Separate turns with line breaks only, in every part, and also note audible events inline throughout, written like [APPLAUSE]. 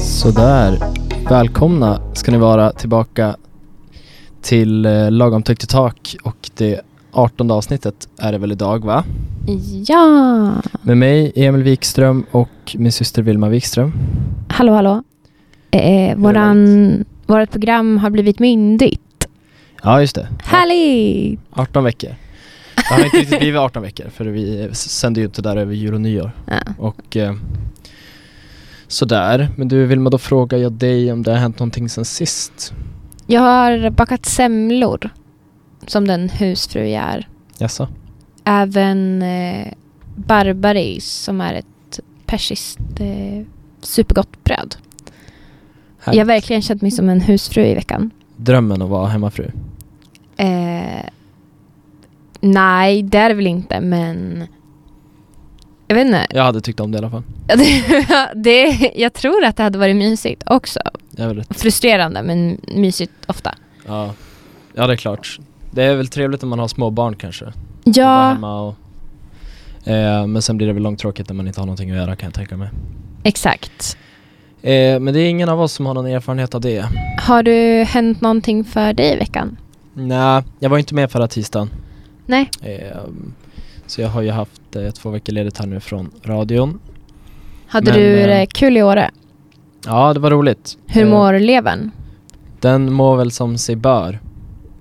Sådär. Välkomna ska ni vara tillbaka till eh, Lagom Tök till Tak och det 18 avsnittet är det väl idag va?
Ja!
Med mig Emil Wikström och min syster Vilma Wikström.
Hallå, hallå. Eh, våran, vårt program har blivit myndigt.
Ja just det.
Härligt!
18 veckor. Det har inte riktigt blivit 18 veckor för vi eh, s- sänder ju inte där över jul och nyår.
Ja.
Och eh, sådär. Men du Vilma, då frågar jag dig om det har hänt någonting sen sist.
Jag har bakat semlor, som den husfru jag är.
Jaså?
Även eh, barbaris, som är ett persiskt eh, supergott bröd.
Här.
Jag har verkligen känt mig som en husfru i veckan.
Drömmen att vara hemmafru.
Eh, nej, det är det väl inte, men... Jag vet inte. [LAUGHS]
Jag hade tyckt om det i alla fall.
Ja, det, det, jag tror att det hade varit mysigt också.
Jag är väldigt
Frustrerande men mysigt ofta.
Ja. ja, det är klart. Det är väl trevligt om man har små barn kanske. att vara
Ja,
Hemma och, eh, men sen blir det väl långtråkigt när man inte har någonting att göra kan jag tänka mig.
exakt.
Eh, men det är ingen av oss som har någon erfarenhet av det.
Har du hänt någonting för dig i veckan?
Nej, jag var inte med förra tisdagen.
Nej.
Eh, så jag har ju haft eh, två veckor ledigt här nu från radion.
Hade
Men,
du
eh,
det kul i Åre?
Ja, det var roligt.
Hur
Eh,
mår levern?
Den mår väl som sig bör.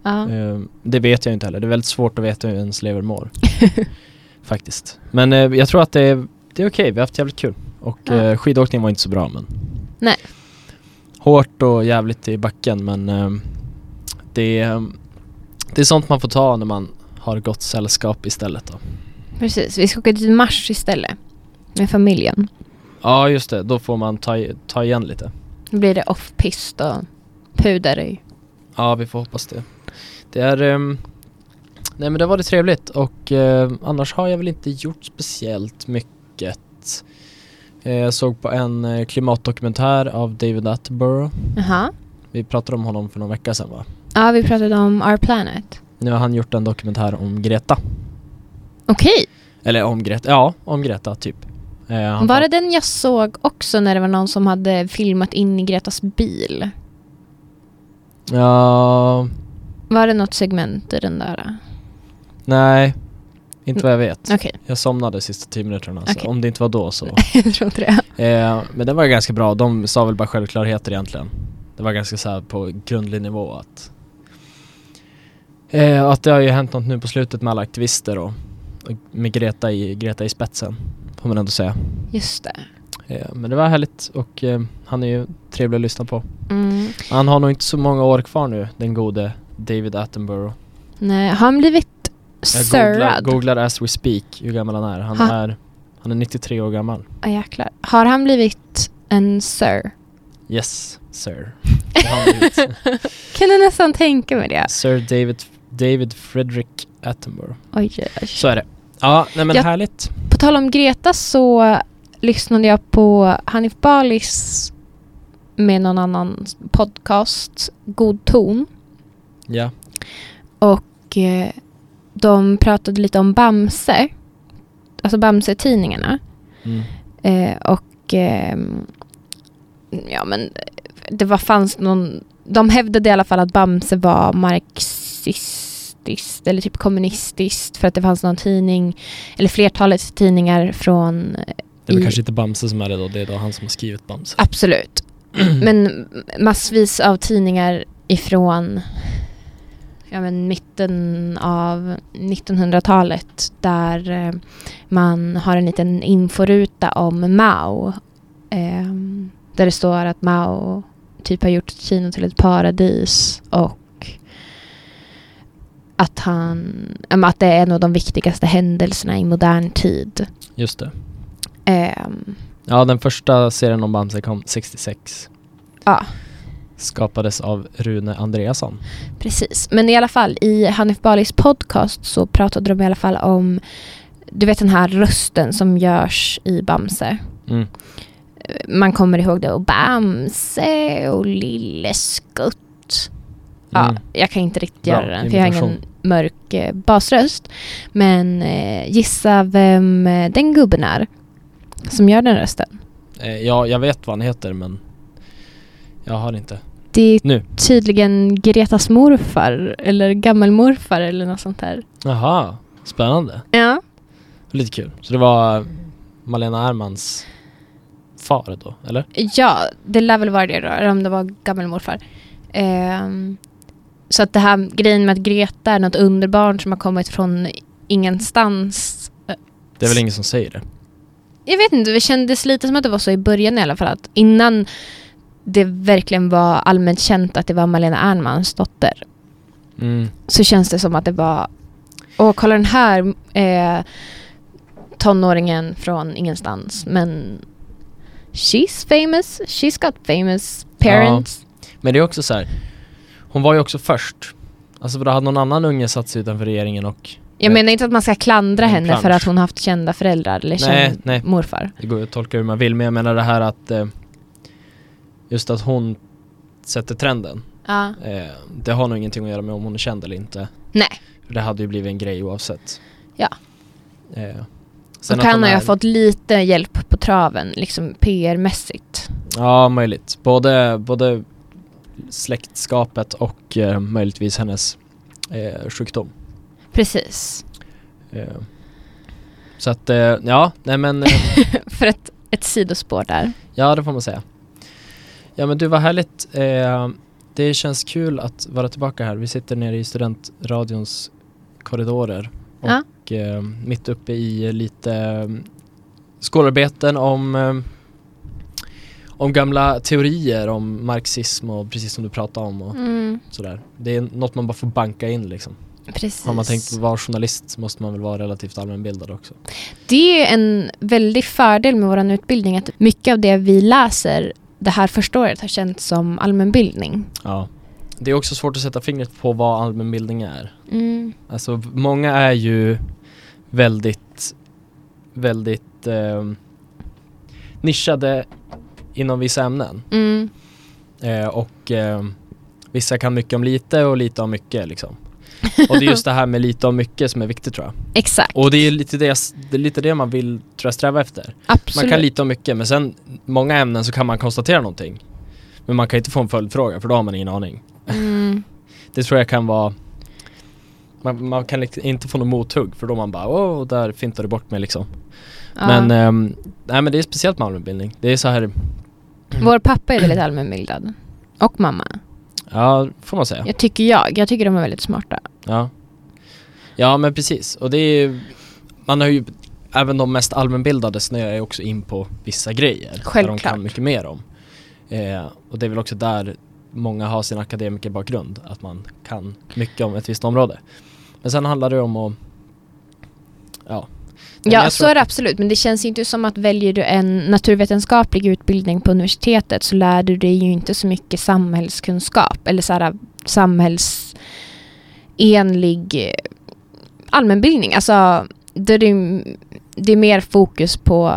Ja.
Eh, det vet jag inte heller. Det är väldigt svårt att veta hur ens lever
[LAUGHS]
mår. Faktiskt. Men eh, jag tror att det är, det är okej. Vi har haft jävligt kul. Och
Ja.
eh, skidåkningen var inte så bra men.
Nej.
Hårt och jävligt i backen men eh, det, är, det är sånt man får ta när man har gott sällskap istället då.
Precis, vi ska åka till Mars istället. Med familjen.
Ja just det, då får man ta, i- ta igen lite.
Då blir det off-pist och puder. i.
Ja vi får hoppas det. Det är ehm, Nej men det var det trevligt och eh, annars har jag väl inte gjort speciellt mycket. Eh, jag såg på en eh, klimatdokumentär av David Attenborough.
Jaha.
Vi pratade om honom för någon vecka sedan va?
Ja, vi pratade om Our Planet.
Nu har han gjort en dokumentär om Greta.
Okej,
Eller om Greta, ja om Greta typ. Eh, han
var det den jag såg också när det var någon som hade filmat in i Gretas bil?
prat- Ja,
Var det något segment i den där?
nej. Inte vad jag vet.
Okej,
Jag somnade sista tio minuterna så
Mm, Okej.
om det inte var då så.
[LAUGHS] jag tror inte det.
Eh, men det var ganska bra, de sa väl bara självklarheter egentligen. Det var ganska så här på grundlig nivå att eh, att det har ju hänt något nu på slutet med alla aktivister och, och med Greta i, Greta i spetsen får man ändå säga.
Just det.
Eh, men det var härligt och eh, han är ju trevlig att lyssna på.
Mm.
Han har nog inte så många år kvar nu, den gode David Attenborough.
Nej, har han blivit
Jag googlar,
sörrad?
googlar as we speak hur gammal han är. Han,
Ha.
är. han är 93 år gammal.
Ah, jäklar. Har han blivit en sir?
Yes, sir. Det har han blivit.
[LAUGHS] Kunde nästan tänka mig det.
Sir David, David Frederick Attenborough.
Oj, oj, oj.
Så är det. Ja, nej men
Jag-
härligt.
På tal om Greta så lyssnade jag på Hanif Balis med någon annan podcast, God ton.
Ja.
Och eh, de pratade lite om Bamse, alltså Bamse-tidningarna.
Mm.
Eh, och ehm, ja men det var, fanns någon, de hävdade i alla fall att Bamse var marxistiskt eller typ kommunistiskt för att det fanns någon tidning eller flertalet tidningar från
Det är väl
I-
kanske inte Bamse som är det då, det är då han som har skrivit Bamse.
absolut Ah,
Mm.
men massvis av tidningar ifrån ja men mitten av 1900-talet där eh, man har en liten inforuta om Mao. ehm, där det står att Mao typ har gjort Kina till ett paradis och att, han, ja, men att det är en av de viktigaste händelserna i modern tid.
[CLEARS THROAT] Just det.
Ehm,
Ja, den första serien om Bamse kom 66.
Ja.
Skapades av Rune Andreasson.
Precis, men i alla fall i Hanif Balis podcast så pratade de i alla fall om du vet den här rösten som görs i Bamse.
Mm.
Man kommer ihåg det och Bamse och Lille Skutt. Ja,
Mm.
Jag kan inte riktigt
Bra,
göra den för jag har ingen
imitation.
mörk eh, basröst. Men eh, gissa vem eh, den gubben är som gör den rösten.
Eh, ja, jag vet vad han heter men Jag har inte.
Det är
Nu.
tydligen Gretas morfar eller gammelmorfar eller något sånt där.
Jaha, spännande.
Ja.
Lite kul. Så det var Malena Ernmans far då, eller?
Ja, det lär väl vara det då, eller om det var gammelmorfar. Ehm, så att det här grejen med att Greta är något underbarn som har kommit från ingenstans. eh,
Det är väl ingen som säger det.
Jag vet inte, det kändes lite som att det var så i början i alla fall. Att innan det verkligen var allmänt känt att det var Malena Ernmans dotter.
Mm.
så känns det som att det var Åh, kolla den här eh, tonåringen från ingenstans. Men she's famous, she's got famous parents.
Men det är också så här. hon var ju också först. Alltså för då hade någon annan unge satt sig utanför regeringen och
Jag menar inte att man ska klandra
En
henne
plansch.
för att hon haft kända föräldrar eller känd
Mm, Nej, nej.
morfar.
Det går ju att tolka hur man vill men jag menar det här att eh, just att hon sätter trenden.
Ja.
Eh, det har nog ingenting att göra med om hon är känd eller inte.
Nej.
För det hade ju blivit en grej oavsett.
Ja.
Eh, sen
Och
att hon
han har
är-
ju fått lite hjälp på traven, liksom PR-mässigt.
Ja, möjligt. Både, både släktskapet och eh, möjligtvis hennes eh, sjukdom.
Precis.
Eh, så att, eh, ja, nej men, eh,
[LAUGHS] för ett, ett sidospår där.
ja det får man säga. Ja men du, vad härligt. Eh, det känns kul att vara tillbaka här. Vi sitter nere i studentradions korridorer
Ja.
och eh, mitt uppe i lite eh, skolarbeten om eh, om gamla teorier om marxism och precis som du pratade om och
Mm,
sådär. Det är något man bara får banka in liksom.
precis.
Har man tänkt vara journalist så måste man väl vara relativt allmänbildad också.
Det är en väldig fördel med vår utbildning att mycket av det vi läser det här första året har känts som allmänbildning.
Ja. Det är också svårt att sätta fingret på vad allmänbildning är.
Mm.
Alltså v- många är ju väldigt, väldigt ehm, nischade inom vissa ämnen.
Mm.
Eh, och ehm, vissa kan mycket om lite och lite om mycket liksom. Och det är just det här med lite om mycket som är viktigt tror jag.
Exakt,
Och det är lite det, jag s- det, är lite det man vill tror jag sträva efter. Man
absolut.
kan lite om mycket men sen många ämnen så kan man konstatera någonting. Men man kan inte få en följdfråga för då har man ingen aning.
mm.
Det tror jag kan vara man, man kan liksom inte få något mothugg för då man bara åh, där fintar du bort mig liksom.
ja.
Men, ehm, nej men det är speciellt med allmänbildning. Det är så här, eh,
Vår pappa är väldigt allmänbildad. Och mamma.
ja får man säga.
Jag tycker jag. Jag tycker de är väldigt smarta.
Ja, ja men precis. Och det är ju, man har ju, även de mest allmänbildade snöar ju också in på vissa grejer. Där de
Självklart.
kan mycket mer om. Eh, och det är väl också där många har sin akademikerbakgrund, att man kan mycket om ett visst område. Men sen handlar det om att, ja. Men
Ja,
jag
så
tror
är det absolut. Men det känns ju inte som att väljer du en naturvetenskaplig utbildning på universitetet så lär du dig ju inte så mycket samhällskunskap eller så här, äh, samhällsenlig eh, allmänbildning. Alltså, det är, ju- det är mer fokus på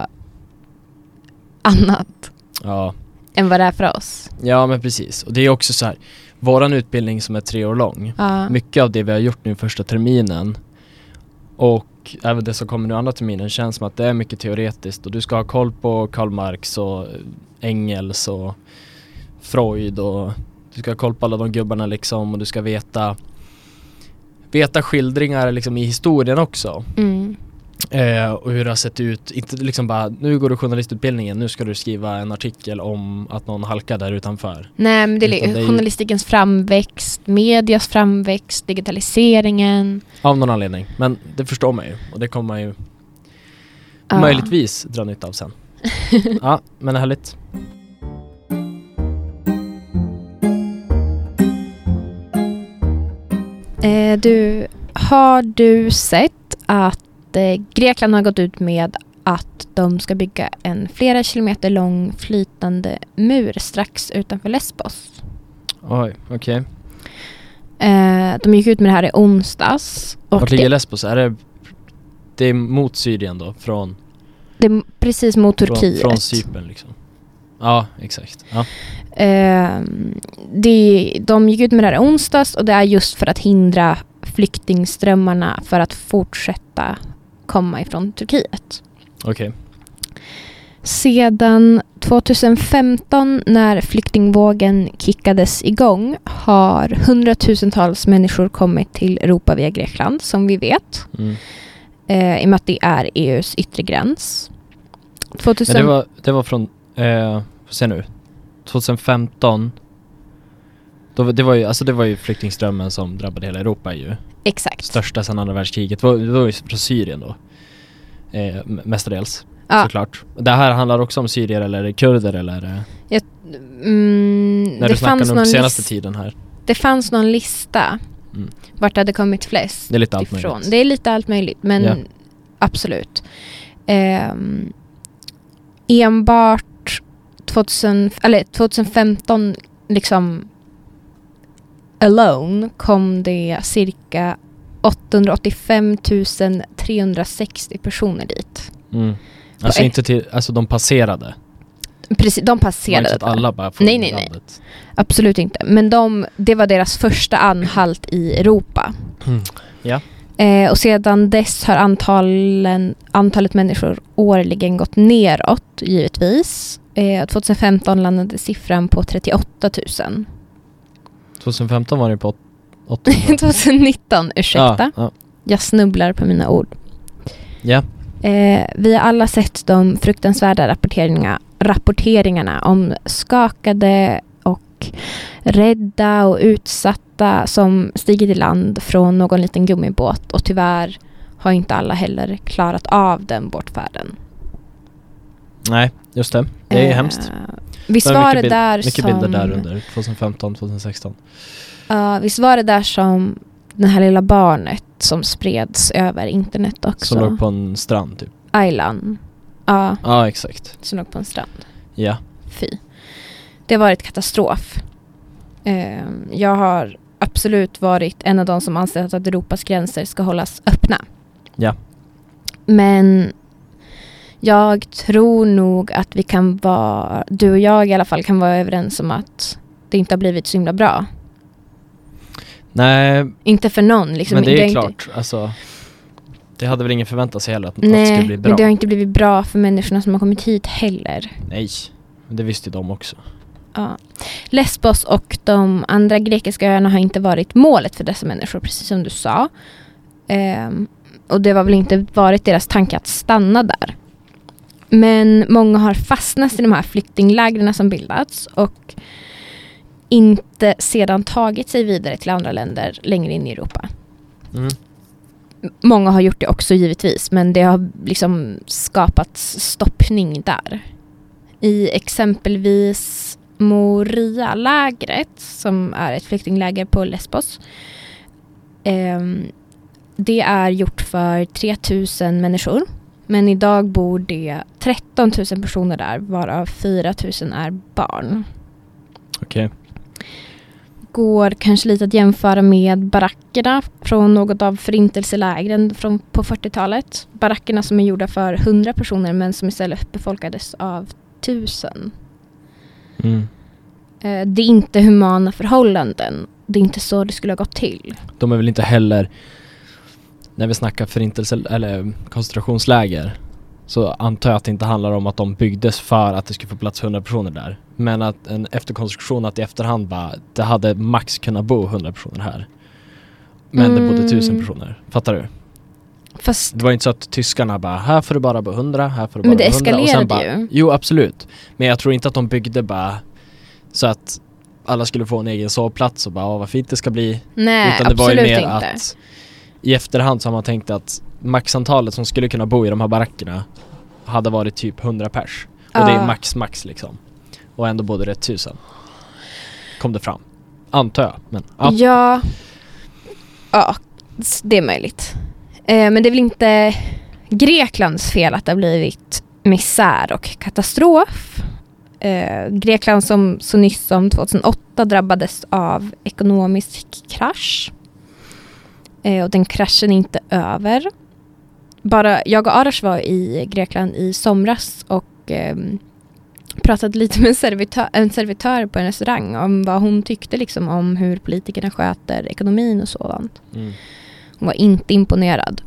annat
ja.
än vad det är för oss.
Ja men precis, och det är också så här Våran utbildning som är tre år lång
Ja,
Mycket av det vi har gjort nu första terminen och även det som kommer nu andra terminen känns som att det är mycket teoretiskt och du ska ha koll på Karl Marx och Engels och Freud och du ska ha koll på alla de gubbarna liksom och du ska veta veta skildringar liksom i historien också
mm.
eh, och hur det har sett ut, inte liksom bara nu går du journalistutbildningen, nu ska du skriva en artikel om att någon halkar där utanför
Nej, men det
Utan
är
det är ju-
journalistikens framväxt, medias framväxt, digitaliseringen.
Av någon anledning, men det förstår man ju och det kommer man ju
Ja.
möjligtvis dra nytta av
[LAUGHS]
sen. ja, men härligt.
Eh, du, har du sett att eh, Grekland har gått ut med att de ska bygga en flera kilometer lång flytande mur strax utanför Lesbos?
Oj, okej.
Eh, de gick ut med det här i onsdags. Och
Vart ligger
det,
Lesbos? Är det, det är mot Syrien då? Från,
det är precis mot
från,
Turkiet.
från Cypern liksom? Ja, exakt. Ja.
Eh, det, de gick ut med det här i onsdags och det är just för att hindra flyktingströmmarna
Mm.
för att fortsätta komma ifrån Turkiet.
Okej.
Sedan 2015 när flyktingvågen kickades igång har hundratusentals människor kommit till Europa via Grekland, som vi vet.
Mm.
Eh, I och med att det är EUs yttre gräns. 2000,
Men det var, det var från, eh, får se nu, 2015. Då, var- det, var ju, alltså det var ju flyktingströmmen som drabbade hela Europa ju.
exakt.
Största sedan andra världskriget. Det var, det var ju från Syrien då. Eh, m- mestadels,
Ja,
såklart. Det här handlar också om syrier eller kurder eller eh,
mm,
när
det,
du snackade
fanns
om
någon
senaste
lis-
tiden här.
det fanns någon lista
Mm.
vart det hade kommit flest.
Det är lite allt
ifrån.
möjligt.
Det är lite allt möjligt, men
Ja.
absolut. Ehm, enbart 2000, eller 2015, liksom alone, kom det cirka 885 360 personer dit.
Mm. Alltså
ett-
inte till, alltså de passerade.
Precis, de
Det var
passerade.
inte så att
där.
alla bara for
Nej,
in i
nej, nej.
landet.
Absolut inte. Men de, det var deras första anhalt i Europa.
Mm. Ja.
Eh, och sedan dess har antalen, antalet människor årligen gått neråt, givetvis. Eh, 2015 landade siffran på 38 [LAUGHS] 000.
2015 var det på åt-
[LAUGHS]
800.
2019, ursäkta.
Ja,
Jag snubblar på mina ord.
ja.
Eh, vi har alla sett de fruktansvärda rapporteringarna, rapporteringarna om skakade och rädda och utsatta som stigit i land från någon liten gummibåt och tyvärr har inte alla heller klarat av den bortfärden.
Nej, just det. Det är
Eh,
hemskt.
Visst
Det var
var
mycket
det
bild-
där
Mycket
som...
bilder där under, 2015, 2016.
Ja, visst var det där som det här lilla barnet som spreds över internet
Som
också?
låg på en strand typ.
Aylan. Ja,
Ja, exakt.
som låg på en strand.
Ja.
Fy. Det har varit katastrof. Eh, jag har absolut varit en av de som ansett att Europas gränser ska hållas öppna.
Ja.
Men jag tror nog att vi kan vara, du och jag i alla fall kan vara överens om att det inte har blivit så himla bra.
Nej,
Inte för någon. Liksom.
men det är
har
klart.
Inte,
Alltså, det hade väl ingen förväntat sig heller att något
nej,
skulle bli bra.
men det har inte blivit bra för människorna som har kommit hit heller.
Nej, men det visste ju de också.
Ja. Lesbos och de andra grekiska öarna har inte varit målet för dessa människor, precis som du sa. Ehm, och det var väl inte varit deras tanke att stanna där. Men många har fastnat i de här flyktinglägren som bildats och inte sedan tagit sig vidare till andra länder längre in i Europa.
Mm.
M- Många har gjort det också givetvis, men det har liksom skapats stoppning där. I exempelvis Moria-lägret, som är ett flyktingläger på Lesbos. ehm, det är gjort för 3000 människor. Men idag bor det 13 000 personer där, varav 4 000 är barn.
Okej.
Går kanske lite att jämföra med barackerna från något av förintelselägren från, på 40-talet. Barackerna som är gjorda för 100 personer men som istället befolkades av 1000.
Mm.
Eh, Det är inte humana förhållanden. Det är inte så det skulle ha gått till.
De är väl inte heller, när vi snackar förintelse eller koncentrationsläger, så antar jag att det inte handlar om att de byggdes för att det skulle få plats 100 personer där. Men att en efterkonstruktion, att i efterhand bara, det hade max kunnat bo 100 personer här. Men det bodde
Mm.
1000 personer, fattar du?
Fast
Det var inte så att tyskarna bara, här får du bara bo 100, här får du bara
Men det
bo 100.
eskalerade
bara,
ju.
Jo, absolut. Men jag tror inte att de byggde bara så att alla skulle få en egen sovplats och bara, "Åh, vad fint det ska bli.
nej,
Mm. Utan det var ju
absolut
mer
inte.
att i efterhand så har man tänkt att maxantalet som skulle kunna bo i de här barackerna hade varit typ 100 pers. Och det är
Ja.
max max liksom. Och ändå bodde det 1000. Kom det fram. Antar jag. Men, ja.
Ja, ja s- det är möjligt. Eh, Men det är väl inte Greklands fel att det har blivit misär och katastrof. Eh, Grekland som så nyss som 2008 drabbades av ekonomisk krasch. Eh, Och den kraschen är inte över. Bara jag och Arash var i Grekland i somras och ehm, pratade lite med en servitör, en servitör på en restaurang om vad hon tyckte liksom om hur politikerna sköter ekonomin och sådant.
Mm.
Hon var inte imponerad.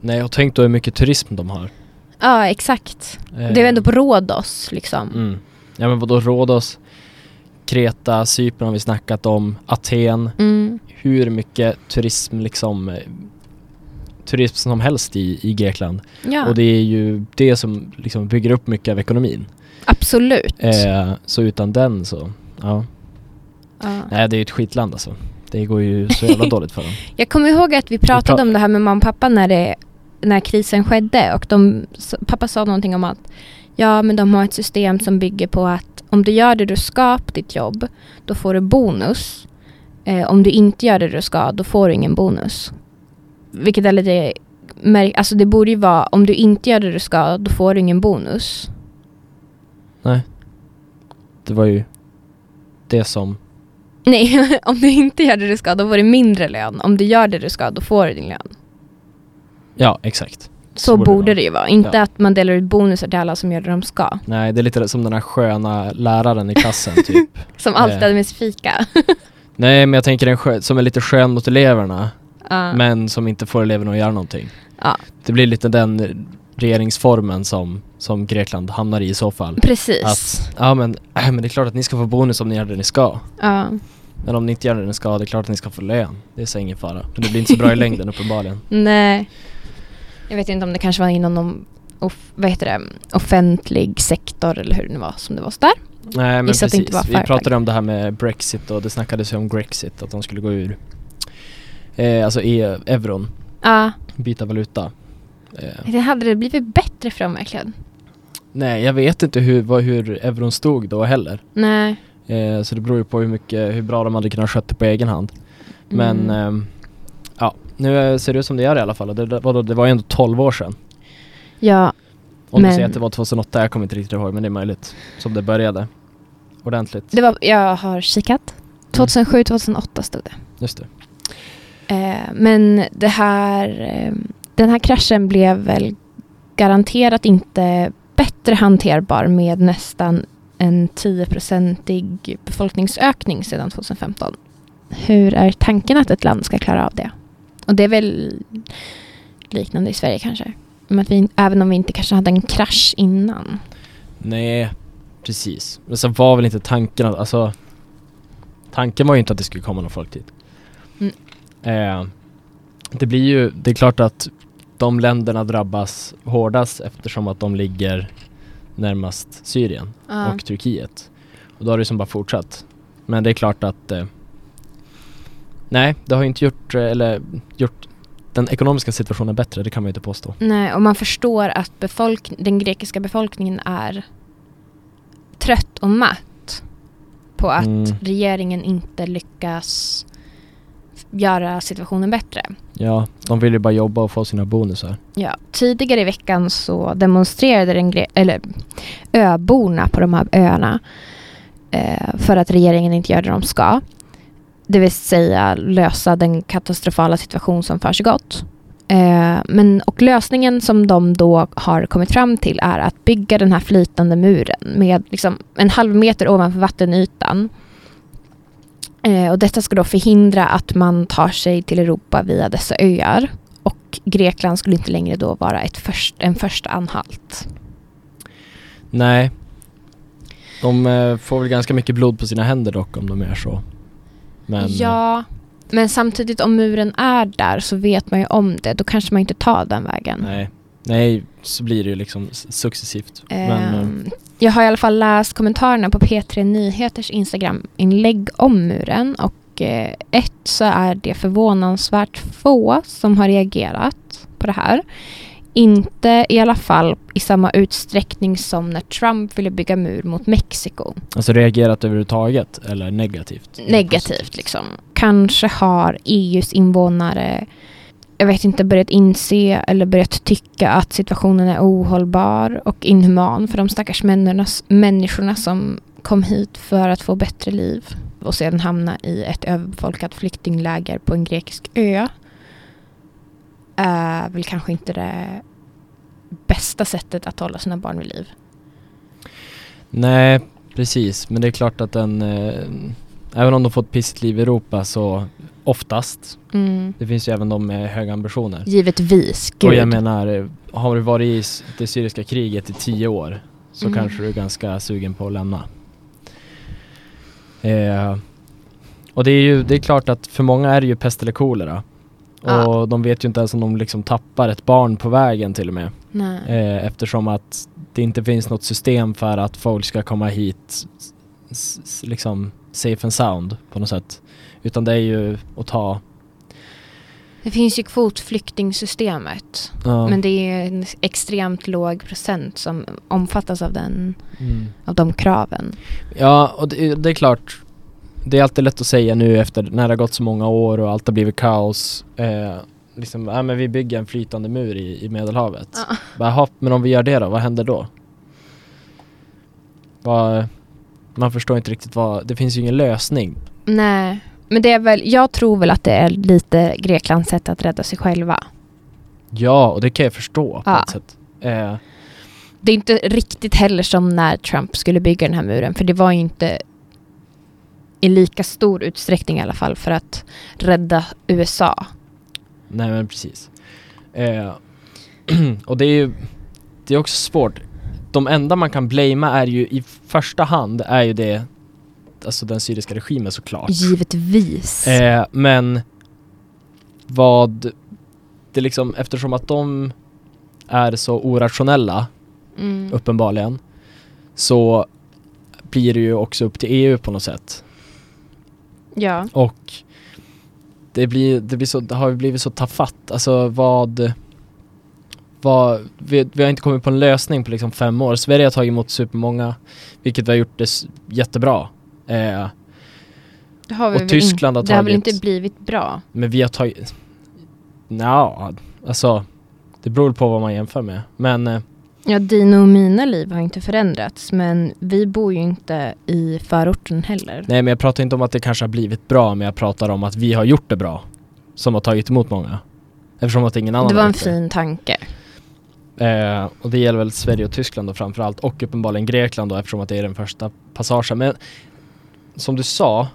Nej, jag tänkte hur mycket turism de har.
Ja, exakt.
Eh,
Det är ändå på Rhodos liksom.
Mm. Ja men vadå Rhodos, Kreta, Cypern har vi snackat om, Aten.
Mm.
Hur mycket turism liksom eh, turism som helst i, i Grekland.
Ja,
Och det är ju det som liksom bygger upp mycket av ekonomin.
absolut.
Eh, så utan den så, ja.
Ja.
Nej det är ju ett skitland alltså. Det går ju så jävla dåligt för dem.
Jag kommer ihåg att vi pratade
pra-
om det här med mamma och pappa när, det, när krisen skedde och de, s- pappa sa någonting om att ja men de har ett system som bygger på att om du gör det du ska på ditt jobb då får du bonus. Eh, om du inte gör det du ska då får du ingen bonus. Vilket är lite märk- alltså det borde ju vara om du inte gör det du ska då får du ingen bonus. [LAUGHS]
Nej. Det var ju det som,
Nej, [LAUGHS] om du inte gör det du ska då får du mindre lön. Om du gör det du ska då får du din lön.
ja exakt.
Så borde det ju vara. Inte
Ja.
att man delar ut bonusar till alla som gör det de ska.
Nej det är lite som den här sköna läraren i klassen typ.
Som alltid
Eh.
hade med sig [LAUGHS] fika.
Nej men jag tänker en skö- som är lite skön mot eleverna
Ja.
men som inte får eleverna att göra någonting.
Ja.
Det blir lite den regeringsformen som, som Grekland hamnar i i så fall.
Precis.
Att, ja men, [CLEARS THROAT] äh, men det är klart att ni ska få bonus om ni gör det ni ska.
Ja.
Men om ni inte gör det ni ska, det är klart att ni ska få lön. Det är så ingen fara. Men det blir inte så
[LAUGHS]
bra i längden uppenbarligen.
Nej. Jag vet inte om det kanske var inom någon off- vad heter det? offentlig sektor eller hur det nu var som det var så där.
Nej men
Gissa att det
precis.
inte var
Vi
företag.
pratade om det här med Brexit och det snackades ju om Grexit, att de skulle gå ur. Eh, alltså e euron,
Ja,
byta valuta. Eh,
det hade det blivit bättre för dem verkligen?
nej jag vet inte hur, vad, hur euron stod då heller.
Nej.
Eh, så det beror ju på hur, mycket, hur bra de hade kunnat sköta det på egen hand. Men
Mm.
ehm, ja, nu eh, ser det ut som det gör i alla fall. Det, det, vadå, det var ju ändå 12 år sedan.
Ja,
Om
Men-
du säger att det var 2008, jag kommer inte riktigt ihåg men det är möjligt. Som det började. Ordentligt.
det var, jag har kikat.
Mm.
2007-2008 stod det.
Just det.
Eh, men det här, eh, den här kraschen blev väl garanterat inte bättre hanterbar med nästan en 10-procentig befolkningsökning sedan 2015. Hur är tanken att ett land ska klara av det? Och det är väl liknande i Sverige kanske. Men att vi, även om vi inte kanske hade en krasch innan.
Nej, precis. Men sen var väl inte tanken att, alltså Tanken var ju inte att det skulle komma någon folk dit.
Mm.
Eh, det blir ju, det är klart att de länderna drabbas hårdast eftersom att de ligger närmast Syrien och Turkiet. Och då har det som bara fortsatt. Men det är klart att eh, Nej, det har ju inte gjort, eh, eller gjort den ekonomiska situationen bättre, det kan man ju inte påstå.
Nej, och man förstår att befolk- den grekiska befolkningen är trött och matt på att
Mm.
regeringen inte lyckas f- göra situationen bättre.
Ja, de vill ju bara jobba och få sina bonusar.
Ja, tidigare i veckan så demonstrerade den gre- eller öborna på de här öarna eh, för att regeringen inte gör det de ska. Det vill säga lösa den katastrofala situation som försiggått. Eh, men, och lösningen som de då har kommit fram till är att bygga den här flytande muren med liksom en halv meter ovanför vattenytan. Eh, och detta ska då förhindra att man tar sig till Europa via dessa öar. Och Grekland skulle inte längre då vara ett först, en första anhalt.
Nej. De eh, får väl ganska mycket blod på sina händer dock om de gör så. Men eh,
ja, men samtidigt om muren är där så vet man ju om det. Då kanske man inte tar den vägen.
nej. Nej, så blir det ju liksom s- successivt. Men eh,
Ehm, jag har i alla fall läst kommentarerna på P3 Nyheters Instagram-inlägg om muren och eh, ett så är det förvånansvärt få som har reagerat på det här. Inte i alla fall i samma utsträckning som när Trump ville bygga mur mot Mexiko.
alltså reagerat överhuvudtaget eller negativt? Eller
negativt
positivt?
liksom. Kanske har EUs invånare, jag vet inte, börjat inse eller börjat tycka att situationen är ohållbar och inhuman för de stackars människorna, människorna som kom hit för att få bättre liv och sedan hamna i ett överbefolkat flyktingläger på en grekisk ö är väl kanske inte det bästa sättet att hålla sina barn vid liv.
Nej, precis. Men det är klart att den eh, Även om de fått pissigt liv i Europa så oftast.
Mm.
Det finns ju även de med höga ambitioner.
Givetvis, gud.
Och jag menar, eh, har du varit i s- det syriska kriget i tio år så
Mm.
kanske du är ganska sugen på att lämna. Eh, och det är ju det är klart att för många är det ju pest eller kolera. Och
Ja.
de vet ju inte ens om de liksom tappar ett barn på vägen till och med.
Nej.
Eh, eftersom att det inte finns något system för att folk ska komma hit s- s- s- liksom safe and sound på något sätt. Utan det är ju att ta...
Det finns ju kvotflyktingsystemet.
ja,
Men det är en extremt låg procent som omfattas av, den,
mm.
av de kraven.
Ja, och det, det är klart. Det är alltid lätt att säga nu efter när det har gått så många år och allt har blivit kaos. Eh, liksom, ja men vi bygger en flytande mur i, i Medelhavet.
Ja.
Bara, hopp, men om vi gör det då, vad händer då? Vad, man förstår inte riktigt vad, det finns ju ingen lösning.
Nej, men det är väl, jag tror väl att det är lite Greklands sätt att rädda sig själva.
Ja, och det kan jag förstå på
Ja.
ett sätt. Eh,
Det är inte riktigt heller som när Trump skulle bygga den här muren, för det var ju inte i lika stor utsträckning i alla fall för att rädda USA.
nej men precis. Eh, [CLEARS THROAT] och det är ju, det är också svårt. De enda man kan blamea är ju i första hand är ju det, alltså den syriska regimen såklart.
Givetvis.
Eh, men vad, det liksom, eftersom att de är så orationella
Mm.
uppenbarligen så blir det ju också upp till EU på något sätt.
Ja.
Och det, blir, det, blir så, det har ju blivit så tafatt. Alltså vad... vad vi, vi har inte kommit på en lösning på liksom fem år. Sverige har tagit emot supermånga, vilket vi har gjort det s- jättebra. Eh,
Det har
Och
väl
Tyskland har
inte, Det har väl
tagit-
inte blivit bra?
men vi har tagit... Nja, alltså det beror på vad man jämför med. Men eh,
Ja, dina och mina liv har inte förändrats, men vi bor ju inte i förorten heller.
nej, men jag pratar inte om att det kanske har blivit bra, men jag pratar om att vi har gjort det bra. Som har tagit emot många. Eftersom att ingen annan
Det
har
var en
gjort det.
fin tanke.
Eh, och det gäller väl Sverige och Tyskland då framförallt och uppenbarligen Grekland då eftersom att det är den första passagen. Men som du sa,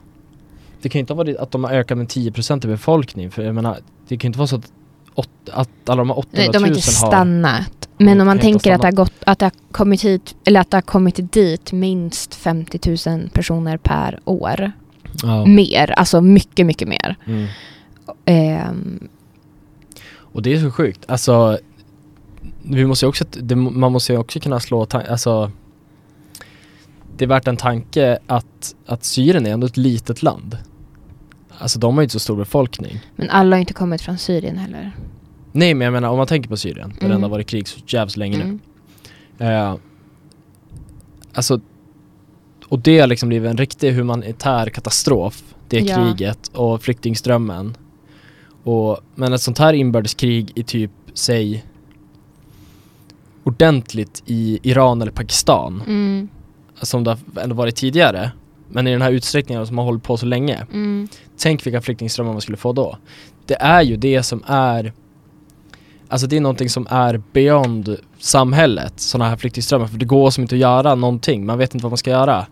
det kan ju inte ha varit att de har ökat med 10% i befolkningen för jag menar, det kan ju inte vara så att, åt, att alla de här 800
Nej,
000
de har inte
har...
stannat. Men om man
Inte
tänker att det, har
stannat.
gått, att, det har kommit hit, eller att det har kommit dit minst 50 000 personer per år.
Ja.
Mer, alltså mycket, mycket mer.
Mm.
Ehm,
Och det är så sjukt, alltså vi måste ju också, det, man måste ju också kunna slå, ta- alltså det är värt en tanke att, att Syrien är ändå ett litet land. Alltså de har ju inte så stor befolkning.
men alla har inte kommit från Syrien heller.
Nej men jag menar om man tänker på Syrien, där det
Mm.
ändå har varit krig så jävligt länge
Mm.
nu. Eh, alltså, och det har liksom blivit en riktig humanitär katastrof, det
Ja.
kriget och flyktingströmmen. Och, men ett sånt här inbördeskrig i typ, säg ordentligt i Iran eller Pakistan,
Mm,
som det har ändå varit tidigare, men i den här utsträckningen som har hållit på så länge.
mm,
Tänk vilka flyktingströmmar man skulle få då. Det är ju det som är Alltså det är någonting som är beyond samhället, sådana här flyktingströmmar. För det går som inte att göra någonting, man vet inte vad man ska göra.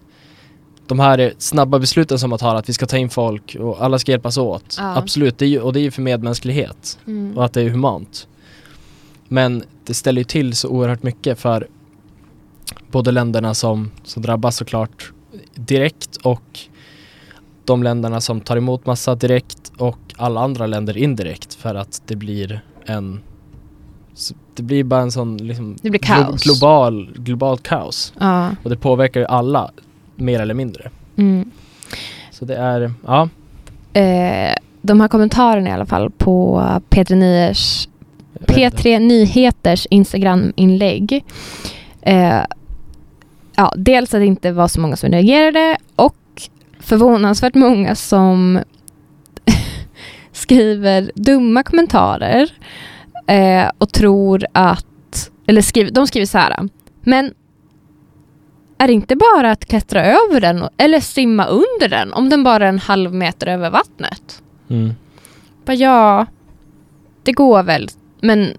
De här eh, snabba besluten som man tar, att vi ska ta in folk och alla ska hjälpas åt.
Ja.
Absolut, det är ju, och det är ju för medmänsklighet
mm.
och att det är humant. Men det ställer ju till så oerhört mycket för både länderna som, som drabbas såklart direkt och de länderna som tar emot massa direkt och alla andra länder indirekt för att det blir en så det blir bara en sån liksom
Det blir
glo-
kaos.
global, globalt kaos
Ja.
och det påverkar ju alla mer eller mindre.
Mm.
Så det är, ja,
Eh, de här kommentarerna i alla fall på P3 Nyers
jag vet inte.
P3 Nyheters Instagram-inlägg. Eh, ja, dels att det inte var så många som reagerade och förvånansvärt många som [LAUGHS] skriver dumma kommentarer eh, och tror att, eller skriver, de skriver så här, men är det inte bara att klättra över den eller simma under den om den bara är en halv meter över vattnet?
Mm.
Bara, ja, det går väl. Men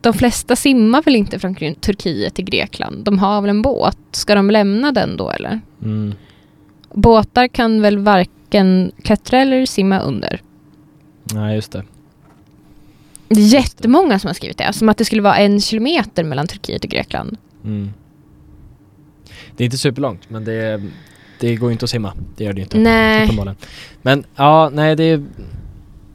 de flesta simmar väl inte från Gre- Turkiet till Grekland? De har väl en båt? Ska de lämna den då eller?
Mm.
Båtar kan väl varken klättra eller simma under?
Nej, just det.
Det är jättemånga som har skrivit det. Som att det skulle vara en kilometer mellan Turkiet och Grekland.
Mm. Det är inte superlångt, men det, det går ju inte att simma. Det gör det ju inte.
Nej.
Uppenbarligen. Men ja, nej det är...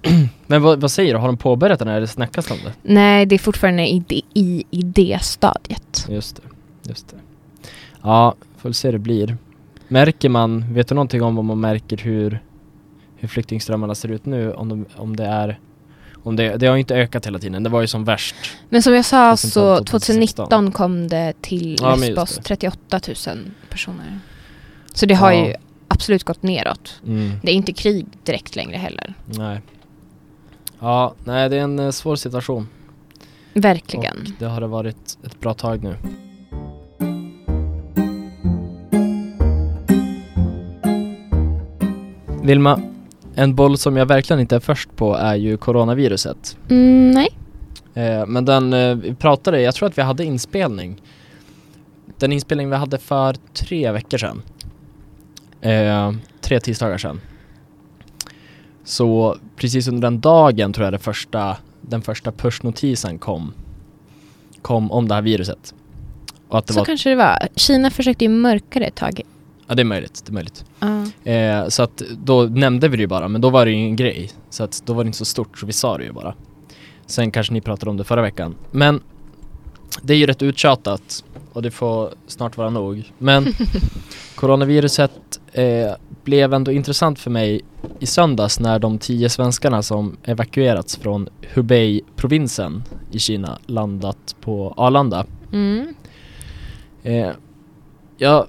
[CLEARS THROAT] Men vad, vad säger du? Har de påbörjat den här eller snackas det om det?
Nej, det är fortfarande i, det- i idéstadiet.
Just det, just det. Ja, får väl se hur det blir. Märker man, vet du någonting om om man märker hur, hur flyktingströmmarna ser ut nu? Om, de, om det är, om det, det har ju inte ökat hela tiden, det var ju som värst.
Men som jag sa
2012,
så
2016.
2019 kom det till
Ja, men just
Lesbos
det.
38 000 personer. Så det har
Ja.
ju absolut gått neråt.
Mm.
Det är inte krig direkt längre heller.
Nej. Ja, nej det är en eh, svår situation.
Verkligen.
Och det har det varit ett bra tag nu. Vilma, en boll som jag verkligen inte är först på är ju coronaviruset.
Mm, nej.
Eh, men den eh, vi pratade, jag tror att vi hade inspelning. Den inspelning vi hade för tre veckor sedan. Eh, tre tisdagar sedan. Så precis under den dagen tror jag det första, den första pushnotisen kom. Kom om det här viruset. Och att det
Så
var,
kanske det var. Kina försökte ju mörka det ett tag.
ja det är möjligt, det är möjligt.
Ja.
Eh, så att då nämnde vi det ju bara, men då var det ju en grej. Så att då var det inte så stort, så vi sa det ju bara. Sen kanske ni pratade om det förra veckan. Men det är ju rätt uttjatat och det får snart vara nog. Men coronaviruset eh, blev ändå intressant för mig i söndags när de tio svenskarna som evakuerats från Hubei-provinsen i Kina landat på Arlanda.
Mm.
Eh, jag,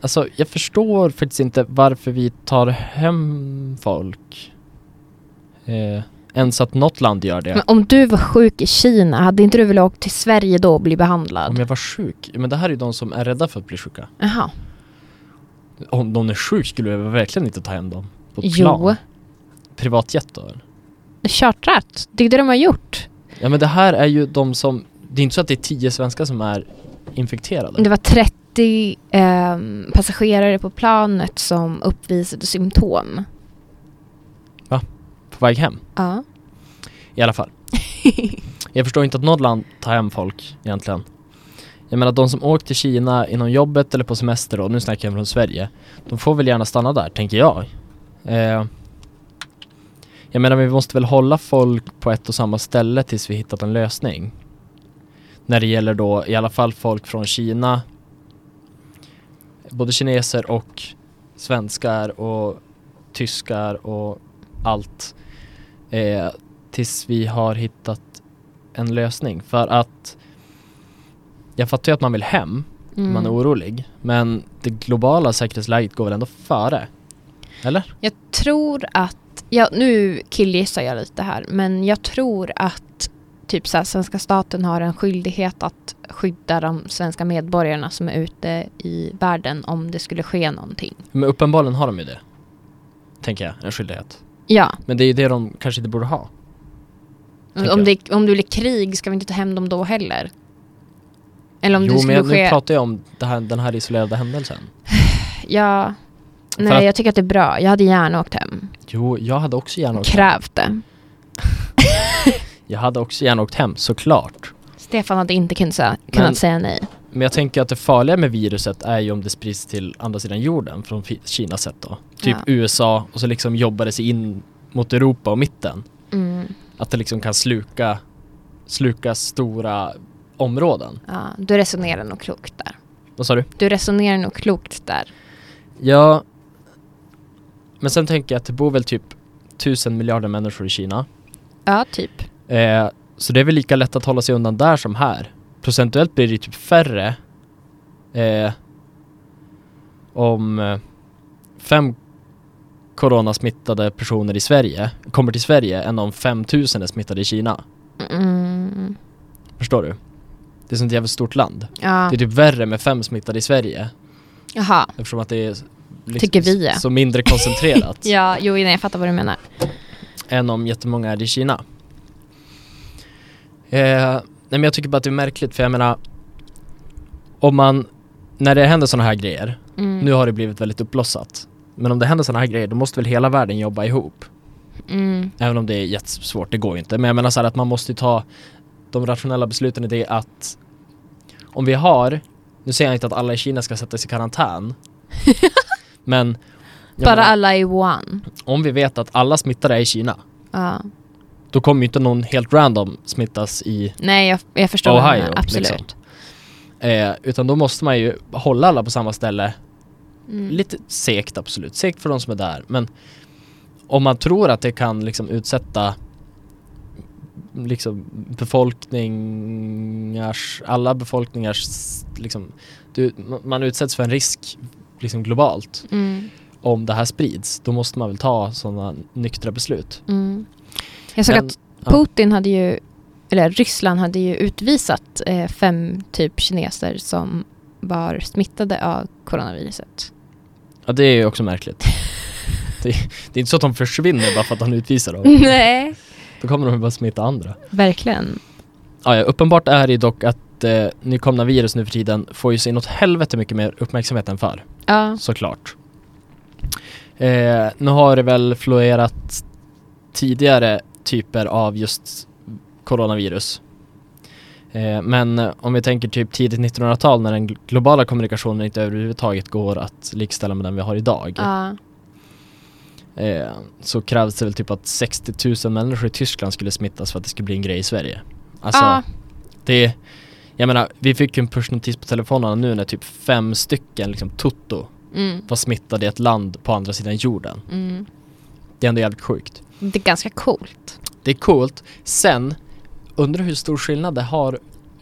alltså, jag förstår faktiskt inte varför vi tar hem folk. Eh, ens att något land gör det.
Men om du var sjuk i Kina, hade inte du velat åka till Sverige då och bli
Om
behandlad?
jag var sjuk? Men det här är ju de som är rädda för att bli sjuka.
Jaha.
Om de är sjuka skulle jag verkligen inte ta hem dem. På ett
Jo.
plan. Privatjet då? eller?
Chartrat. Det är det de har gjort.
Ja men det här är ju de som, det är inte så att det är tio svenskar som är infekterade.
Det var 30 ehm, passagerare på planet som uppvisade symptom.
På väg hem.
Ja.
I alla fall. jag förstår inte att något land tar hem folk egentligen. Jag menar de som åkt till Kina inom jobbet eller på semester och nu snackar jag från Sverige. De får väl gärna stanna där, tänker jag. Eh, jag menar men vi måste väl hålla folk på ett och samma ställe tills vi hittat en lösning. När det gäller då i alla fall folk från Kina. Både kineser och svenskar och tyskar och allt. Eh, tills vi har hittat en lösning. För att jag fattar ju att man vill hem,
Mm.
man är orolig. Men det globala säkerhetsläget går väl ändå före? Eller?
Jag tror att, ja, nu killgissar jag lite här, men jag tror att typ så här, svenska staten har en skyldighet att skydda de svenska medborgarna som är ute i världen om det skulle ske någonting.
Men uppenbarligen har de ju det. Tänker jag, en skyldighet.
Ja,
Men det är ju det de kanske inte borde ha. Tänker
om det, om det blir krig ska vi inte ta hem dem då heller. Eller om
jo
det
men
skulle
jag, nu
ske...
pratar jag om det här, den här isolerade händelsen.
Ja.
För
Nej,
att-
jag tycker att det är bra. Jag hade gärna åkt hem.
Jo, jag hade också gärna åkt hem.
Krävt det.
Jag hade också gärna åkt hem, såklart.
Stefan hade inte kunnat säga, kunnat säga nej.
Men jag tänker att det farliga med viruset är ju om det sprids till andra sidan jorden från Fi- Kinas sätt då. Typ
Ja.
USA och så liksom jobbar det sig in mot Europa och mitten.
Mm,
Att det liksom kan sluka, sluka stora områden.
ja, du resonerar nog klokt där.
Vad sa du?
Du resonerar nog klokt där.
Ja. Men sen tänker jag att det bor väl typ tusen miljarder människor i Kina.
Ja, typ.
Eh, så det är väl lika lätt att hålla sig undan där som här. Procentuellt blir det ju typ färre eh, om eh, fem coronasmittade personer i Sverige kommer till Sverige än om 5000 är smittade i Kina.
Mm,
Förstår du? Det är sånt jävligt stort land.
ja.
Det är typ värre med fem smittade i Sverige
Jaha.
eftersom att det är liksom
Tycker vi, ja.
så mindre koncentrerat
[LAUGHS] Ja, jo, nej, jag fattar vad du menar.
än om jättemånga är i Kina. Eh, nej men jag tycker bara att det är märkligt för jag menar om man, när det händer sådana här grejer,
Mm.
nu har det blivit väldigt uppblossat. Men om det händer sådana här grejer då måste väl hela världen jobba ihop
Mm.
Även om det är jättesvårt, det går ju inte. Men jag menar så här att man måste ju ta de rationella besluten i det att om vi har, nu säger jag inte att alla i Kina ska sättas i
[LAUGHS]
karantän, men jag
Bara
menar,
alla i one.
om vi vet att alla smittade är i Kina,
Ja.
då kommer ju inte någon helt random smittas i,
Nej, jag, jag förstår. vad du menar.
Ohio,
Absolut.
liksom. eh, utan då måste man ju hålla alla på samma ställe
Mm.
Lite segt absolut, segt för de som är där men om man tror att det kan liksom utsätta liksom befolkningars, alla befolkningars liksom, du, man utsätts för en risk liksom globalt
Mm.
om det här sprids då måste man väl ta sådana nyktra beslut.
Mm. Jag såg
Men-
att
ja.
Putin hade ju, eller Ryssland hade ju utvisat eh, fem typ kineser som var smittade av
[LAUGHS]
coronaviruset.
Ja det är ju också märkligt. [LAUGHS] det, det är inte så att de försvinner bara för att han utvisar dem.
Nej.
Då kommer de ju bara smitta andra.
Verkligen.
Ja, ja, uppenbart är det dock att eh, nykomna virus nu för tiden får ju sig något helvete mycket mer uppmärksamhet än förr,
Ja.
såklart. Eh, nu har det väl florerat tidigare typer av just coronavirus. Eh, men eh, om vi tänker typ tidigt 1900-tal när den gl- globala kommunikationen inte överhuvudtaget går att likställa med den vi har idag
ja.
eh, så krävs det väl typ att 60 000 människor i Tyskland skulle smittas för att det skulle bli en grej i Sverige. Alltså,
ja.
det, jag menar, vi fick ju en pushnotis på telefonerna nu när typ fem stycken liksom Toto
Mm.
var smittade i ett land på andra sidan jorden.
Mm.
Det är ändå jävligt sjukt.
Det är ganska coolt.
Det är coolt. Sen, undrar hur stor skillnad det har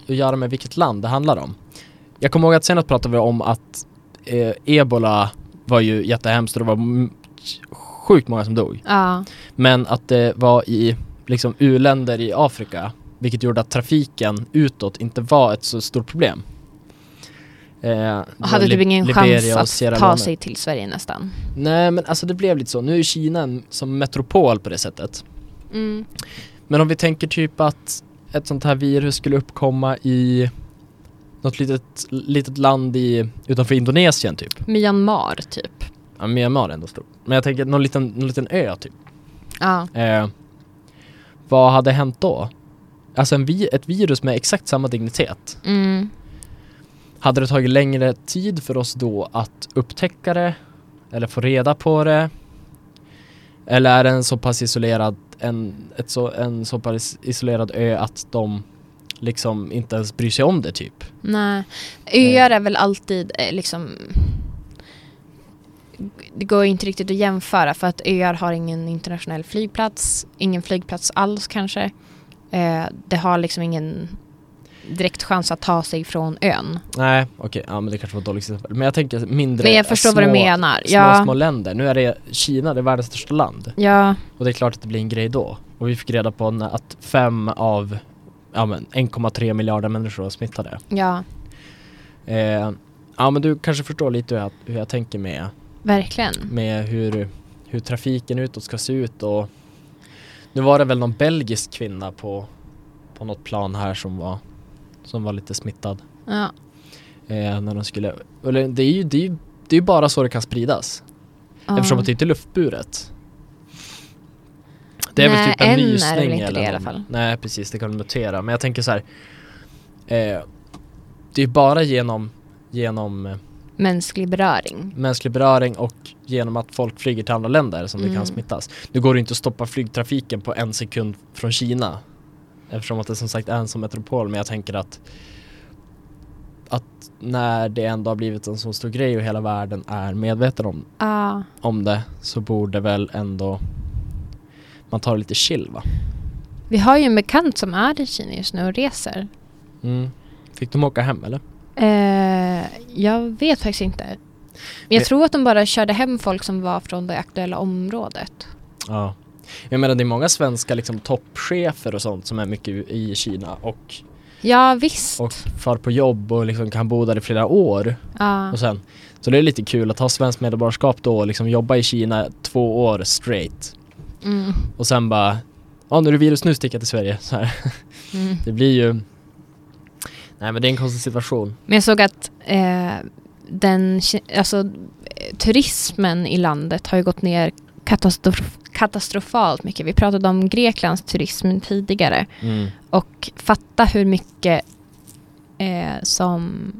att göra med vilket land det handlar om. Jag kommer ihåg att senast pratade vi om att eh, ebola var ju jättehemskt och det var m- sjukt många som dog.
Ja.
Men att det var i liksom u-länder i Afrika vilket gjorde att trafiken utåt inte var ett så stort problem. Eh, det
Och
var
hade
Lib-
typ ingen
Liberia och
chans
Sierra
att ta
Leone.
sig till Sverige nästan.
Nej men alltså det blev lite så. Nu är Kina en, som metropol på det sättet.
Mm.
Men om vi tänker typ att ett sånt här virus skulle uppkomma i något litet, litet land i, utanför Indonesien typ.
Myanmar typ.
Ja, Myanmar är ändå stort. Men jag tänker någon liten, någon liten ö typ.
Ja.
Eh, vad hade hänt då? Alltså en vi ett virus med exakt samma dignitet.
Mm.
Hade det tagit längre tid för oss då att upptäcka det? Eller få reda på det? Eller är det en så pass isolerad, en, ett så, en så pass isolerad ö att de liksom inte ens bryr sig om det typ?
Nej. Öar är väl alltid eh, liksom... Det går ju inte riktigt att jämföra för att öar har ingen internationell flygplats, ingen flygplats alls kanske. Eh, det har liksom ingen direkt chans att ta sig från ön.
Nej, okej, ja men det kanske var ett dåligt exempel. Men jag tänker mindre,
Men jag förstår
små,
vad du menar.
små,
Ja,
små länder. Nu är det Kina, det är världens största land.
ja,
Och det är klart att det blir en grej då. Och vi fick reda på när- att fem av ja, men 1,3 miljarder människor var smittade.
ja,
Eh, ja men du kanske förstår lite hur jag, hur jag tänker med,
verkligen.
med hur, hur trafiken utåt ska se ut och nu var det väl någon belgisk kvinna på, på något plan här som var, som var lite smittad.
Ja,
Eh, när de skulle, eller det är ju det är, ju- det är ju bara så det kan spridas. Eftersom att det inte är luftburet. Det är
Nej,
väl typ en
än är det väl
nysning
inte
eller
det i alla
någon-
fall.
Nej precis, det kan mutera. Men jag tänker så här. Eh, det är bara genom, genom eh,
Mänsklig beröring.
mänsklig beröring och genom att folk flyger till andra länder som det
Mm.
kan smittas. Nu går det inte att stoppa flygtrafiken på en sekund från Kina. Eftersom att det som sagt är en som metropol. Men jag tänker att att när det ändå har blivit en så stor grej och hela världen är medveten om
Ja,
om det så borde väl ändå man tar det lite chill va?
vi har ju en bekant som är i Kina just nu och reser.
Mm. Fick de åka hem eller?
Eh, jag vet faktiskt inte. Men jag
Men-
tror att de bara körde hem folk som var från det aktuella området.
Ja. Jag menar det är många svenska liksom toppchefer och sånt som är mycket i Kina och,
Ja, visst.
och far på jobb och liksom kan bo där i flera år
Ja.
och sen. Så det är lite kul att ha svenskt medborgarskap då och liksom jobba i Kina två år straight
Mm.
och sen bara Ja nu är det virus, nu sticker jag till Sverige. Så här.
Mm.
Det blir ju Nej men det är en konstig situation.
Men jag såg att eh, den, ki- alltså, eh, turismen i landet har ju gått ner katastrof- katastrofalt mycket. Vi pratade om Greklands turism tidigare
Mm.
och fatta hur mycket eh, som...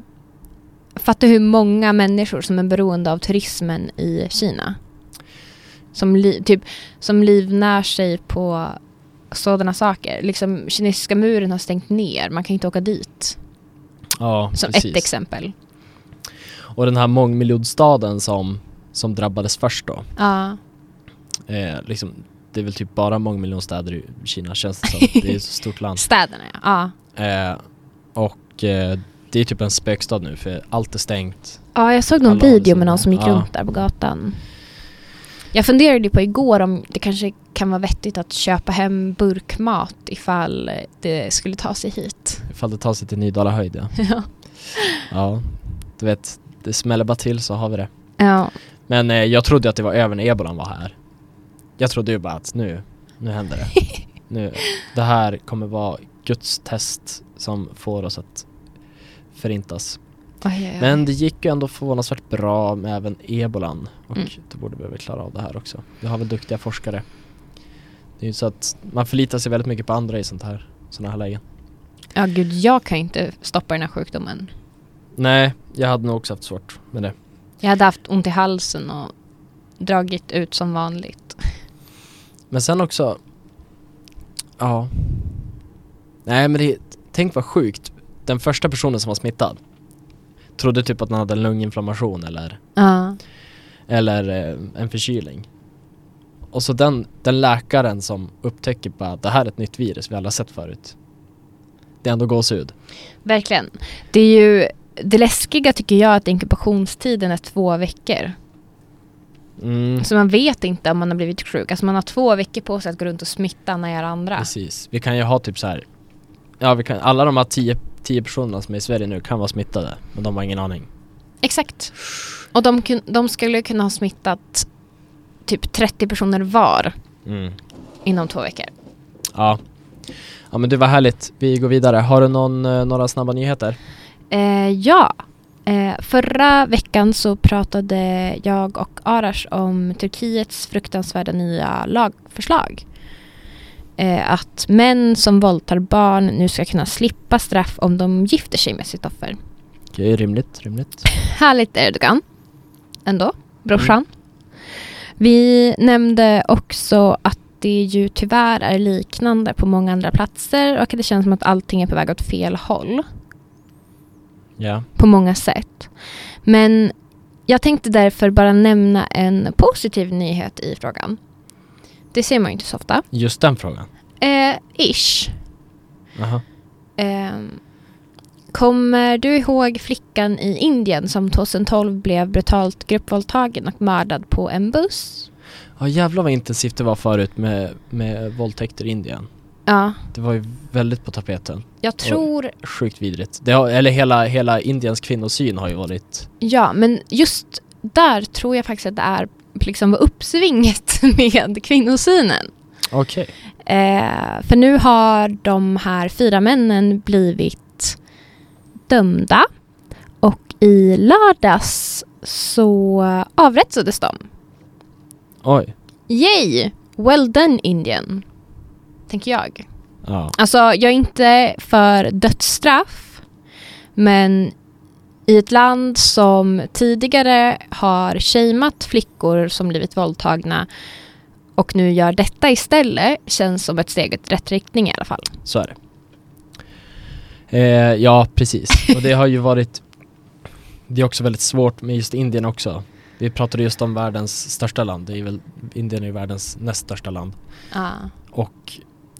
Fatta hur många människor som är beroende av turismen i Kina. Som, li, typ, som livnär sig på sådana saker. Liksom, kinesiska muren har stängt ner, man kan inte åka dit.
Ja,
Som
precis.
ett exempel.
Och den här mångmiljonstaden som, som drabbades först då.
Ja,
Eh, liksom, det är väl typ bara mångmiljonstäder i Kina känns det som. Det är ett så stort land.
städerna ja. ja.
Eh, och eh, det är typ en spökstad nu för allt är stängt.
Ja, jag såg någon
Alla
video
hade
med någon
sina.
som gick
Ja.
runt där på gatan. Jag funderade ju på igår om det kanske kan vara vettigt att köpa hem burkmat ifall det skulle ta sig hit.
Ifall det tar sig till Nydala höjd ja.
Ja.
ja. Du vet, det smäller bara till så har vi det.
ja.
Men eh, jag trodde att det var över när ebolan var här. Jag trodde ju bara att nu, nu händer det. nu, det här kommer vara Guds test som får oss att förintas.
Oj, oj, oj.
Men det gick ju ändå förvånansvärt bra med även ebolan och
Mm.
då borde vi väl klara av det här också. Vi har väl duktiga forskare. Det är ju så att man förlitar sig väldigt mycket på andra i sånt här, såna här lägen.
Ja, gud, jag kan ju inte stoppa den här sjukdomen.
Nej, jag hade nog också haft svårt med det.
Jag hade haft ont i halsen och dragit ut som vanligt.
Men sen också Ja Nej men det, tänk vad sjukt Den första personen som var smittad Trodde typ att den hade en lunginflammation eller
Ja.
Eller eh, en förkylning Och så den, den läkaren som upptäcker bara att det här är ett nytt virus vi alla sett förut Det är ändå gåshud
Verkligen. Det är ju det läskiga tycker jag att inkubationstiden är två veckor.
mm,
Så man vet inte om man har blivit sjuk. Alltså man har två veckor på sig att gå runt och smitta alla er andra.
Precis, vi kan ju ha typ så här. Ja vi kan, alla de här tio, tio personerna som är i Sverige nu kan vara smittade Men de har ingen aning
Exakt. Och de, kun- de skulle kunna ha smittat typ 30 personer var
mm.
inom två veckor.
Ja. Ja men det var härligt. Vi går vidare. Har du någon, eh, några snabba nyheter?
Eh, ja. Eh, förra veckan så pratade jag och Arash om Turkiets fruktansvärda nya lagförslag. Eh, att män som våldtar barn nu ska kunna slippa straff om de gifter sig med sitt offer.
Okej, rimligt, rimligt.
Härligt Erdogan. Ändå. Brorsan. Vi nämnde också att det ju tyvärr är liknande på många andra platser och att det känns som att allting är på väg åt fel håll
Ja.
på många sätt. Men jag tänkte därför bara nämna en positiv nyhet i frågan. Det ser man ju inte så ofta.
Just den frågan.
Eh, ish.
Aha.
Ehm, kommer du ihåg flickan i Indien som 2012 blev brutalt gruppvåldtagen och mördad på en buss?
Ja jävlar vad intensivt det var förut med, med våldtäkter i Indien.
Ja,
Det var ju väldigt på tapeten.
jag tror...
Sjukt vidrigt. Det har, eller hela, hela Indiens kvinnosyn har ju varit...
Ja, men just där tror jag faktiskt att det är liksom uppsvinget [LAUGHS] med kvinnosynen.
Okej.
Eh, för nu har de här fyra männen blivit dömda och i lördags så avrättades de.
Oj.
Yay! Well done Indien. Tänker jag.
Ja.
Alltså jag är inte för dödsstraff. Men i ett land som tidigare har shameat flickor som blivit våldtagna och nu gör detta istället känns som ett steg i rätt riktning i alla fall.
Så är det. Eh, ja, precis. Och det har ju varit Det är också väldigt svårt med just Indien också. Vi pratade just om världens största land. Det är väl, Indien är ju världens näst största land.
Ja.
Och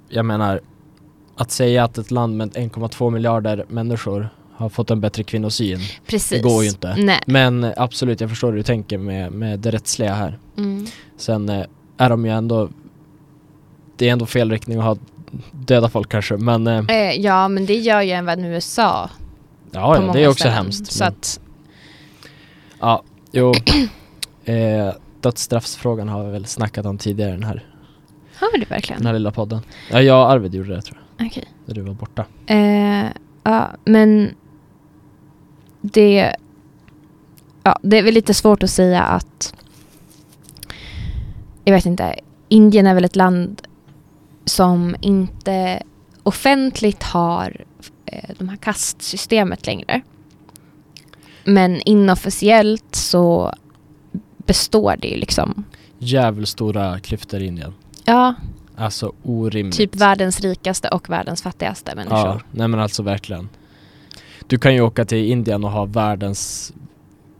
jag menar att säga att ett land med 1,2 miljarder människor har fått en bättre kvinnosyn.
Precis.
Det går ju inte.
Nej.
Men eh, absolut, jag förstår hur du tänker med, med det rättsliga här.
Mm.
Sen eh, är de ju ändå Det är ändå fel riktning att ha döda folk kanske men eh,
Eh, ja, men det gör ju även USA. på
Ja, ja
många
det är också
ställen.
hemskt.
Så
men-
att,
Ja, jo. [CLEARS THROAT] eh, dödsstraffsfrågan har vi väl snackat om tidigare i den här,
har du
den
verkligen?
här lilla podden. Ja, jag och Arvid gjorde det tror jag,
Okej.
när du var borta.
Eh, ja, men det, ja, det är väl lite svårt att säga att jag vet inte, Indien är väl ett land som inte offentligt har eh, de här kastsystemet längre. Men inofficiellt så består det ju liksom.
Jävligt stora klyftor i Indien.
Ja,
Alltså orimligt.
typ världens rikaste och världens fattigaste
Ja,
människor.
nej men alltså verkligen. Du kan ju åka till Indien och ha världens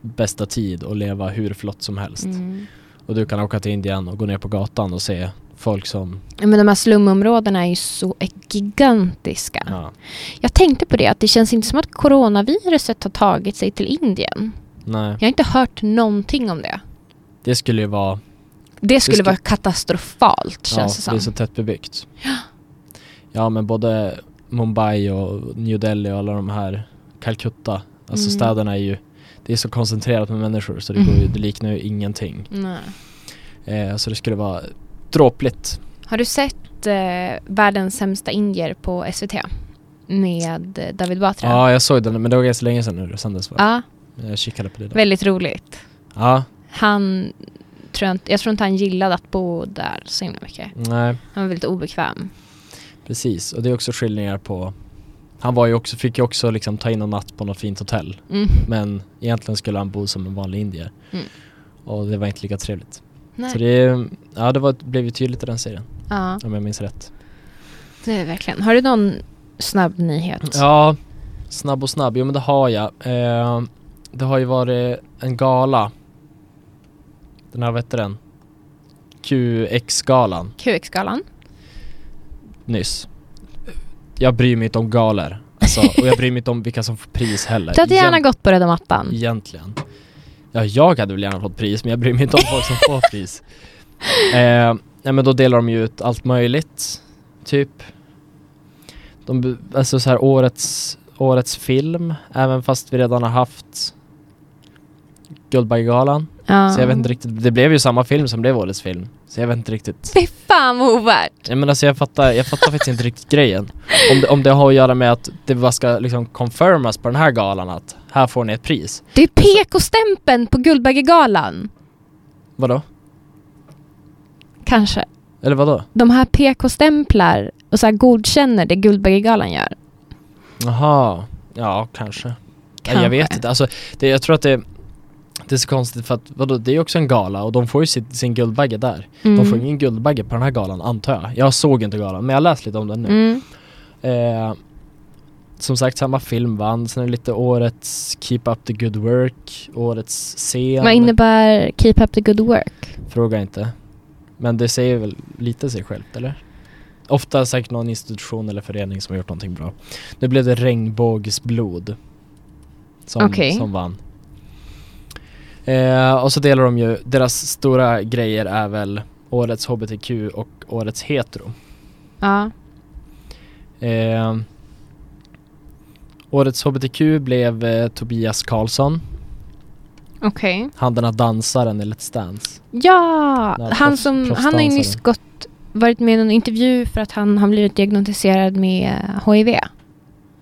bästa tid och leva hur flott som helst.
Mm.
Och du kan åka till Indien och gå ner på gatan och se folk som...
Ja, Men de här slumområdena är ju så gigantiska.
Ja.
Jag tänkte på det, att det känns inte som att coronaviruset har tagit sig till Indien.
Nej,
Jag har inte hört någonting om det.
det skulle ju vara...
Det skulle
ska-
vara katastrofalt
ja,
känns
det är
det
så
som.
tätt bebyggt. Ja. ja, men både Mumbai och New Delhi och alla de här, Calcutta, alltså
Mm.
städerna är ju... Det är så koncentrerat med människor så det, går ju,
Mm.
det liknar ju ingenting.
Nej.
Eh, så det skulle vara dråpligt.
Har du sett eh, Världens sämsta indier på SVT? Med eh, David Batra?
Ja, jag såg den men det var ganska länge sedan nu det sändes va?
Ja,
Jag kikade på det där.
väldigt roligt.
Ja,
Han, tror jag, inte- jag tror inte han gillade att bo där så himla mycket.
nej
Han var väldigt obekväm.
precis. Och det är också skillningar på han var ju också, fick ju också liksom ta in en natt på något fint hotell
Mm.
Men egentligen skulle han bo som en vanlig indier
Mm.
Och det var inte lika trevligt
Nej.
Så det, ja det var, blev ju tydligt i den serien
Ja,
Om jag minns rätt
det är verkligen. Har du någon snabb nyhet?
Ja, snabb och snabb, jo men det har jag eh, Det har ju varit en gala Den här, vad heter den? QX-galan
QX-galan?
nyss. Jag bryr mig inte om galor. Alltså, och jag bryr mig inte om vilka som får pris heller.
Du hade gärna
Egent-
gått på röda mattan.
Egentligen. Ja, jag hade väl gärna fått pris, men jag bryr mig inte om folk som får pris. Eh, nej men då delar de ju ut allt möjligt, typ. De, b- alltså så här årets, årets film, även fast vi redan har haft Guldbaggegalan.
Ja.
Så jag vet inte riktigt, det blev ju samma film som blev årets film. Så jag vet inte riktigt.
Fy fan vad ovärt!
Nej men alltså jag fattar, jag fattar faktiskt inte riktigt grejen. Om det, om det har att göra med att det bara ska liksom confirmas på den här galan att här får ni ett pris.
Det är PK-stämpeln på Guldbaggegalan.
Vadå?
Kanske.
Eller vadå?
De här PK-stämplar och så här godkänner det Guldbaggegalan gör.
Jaha, ja kanske. Nej,
Kanske.
jag vet inte, alltså det, jag tror att det, det är så konstigt för att vadå, det är ju också en gala och de får ju sin, sin Guldbagge där. De
Mm.
får ingen Guldbagge på den här galan antar jag. Jag såg inte galan men jag har läst lite om den nu.
Mm.
Eh, som sagt samma film vann, sen är det lite årets Keep Up The Good Work, årets scen.
Vad innebär keep up the good work?
Fråga inte. Men det säger väl lite sig självt, eller? Ofta säkert någon institution eller förening som har gjort någonting bra. Nu blev det regnbågsblod. Som,
Okej.
som vann. Eh, och så delar de ju, deras stora grejer är väl årets HBTQ och årets hetero.
Ja.
Eh, årets HBTQ blev eh, Tobias Karlsson,
Okej.
han den här dansaren i Let's Dance.
Ja,
Den här
han,
proffs-
som, han har ju nyss
proffsdansaren.
gått, varit med i någon intervju för att han har blivit diagnostiserad med HIV.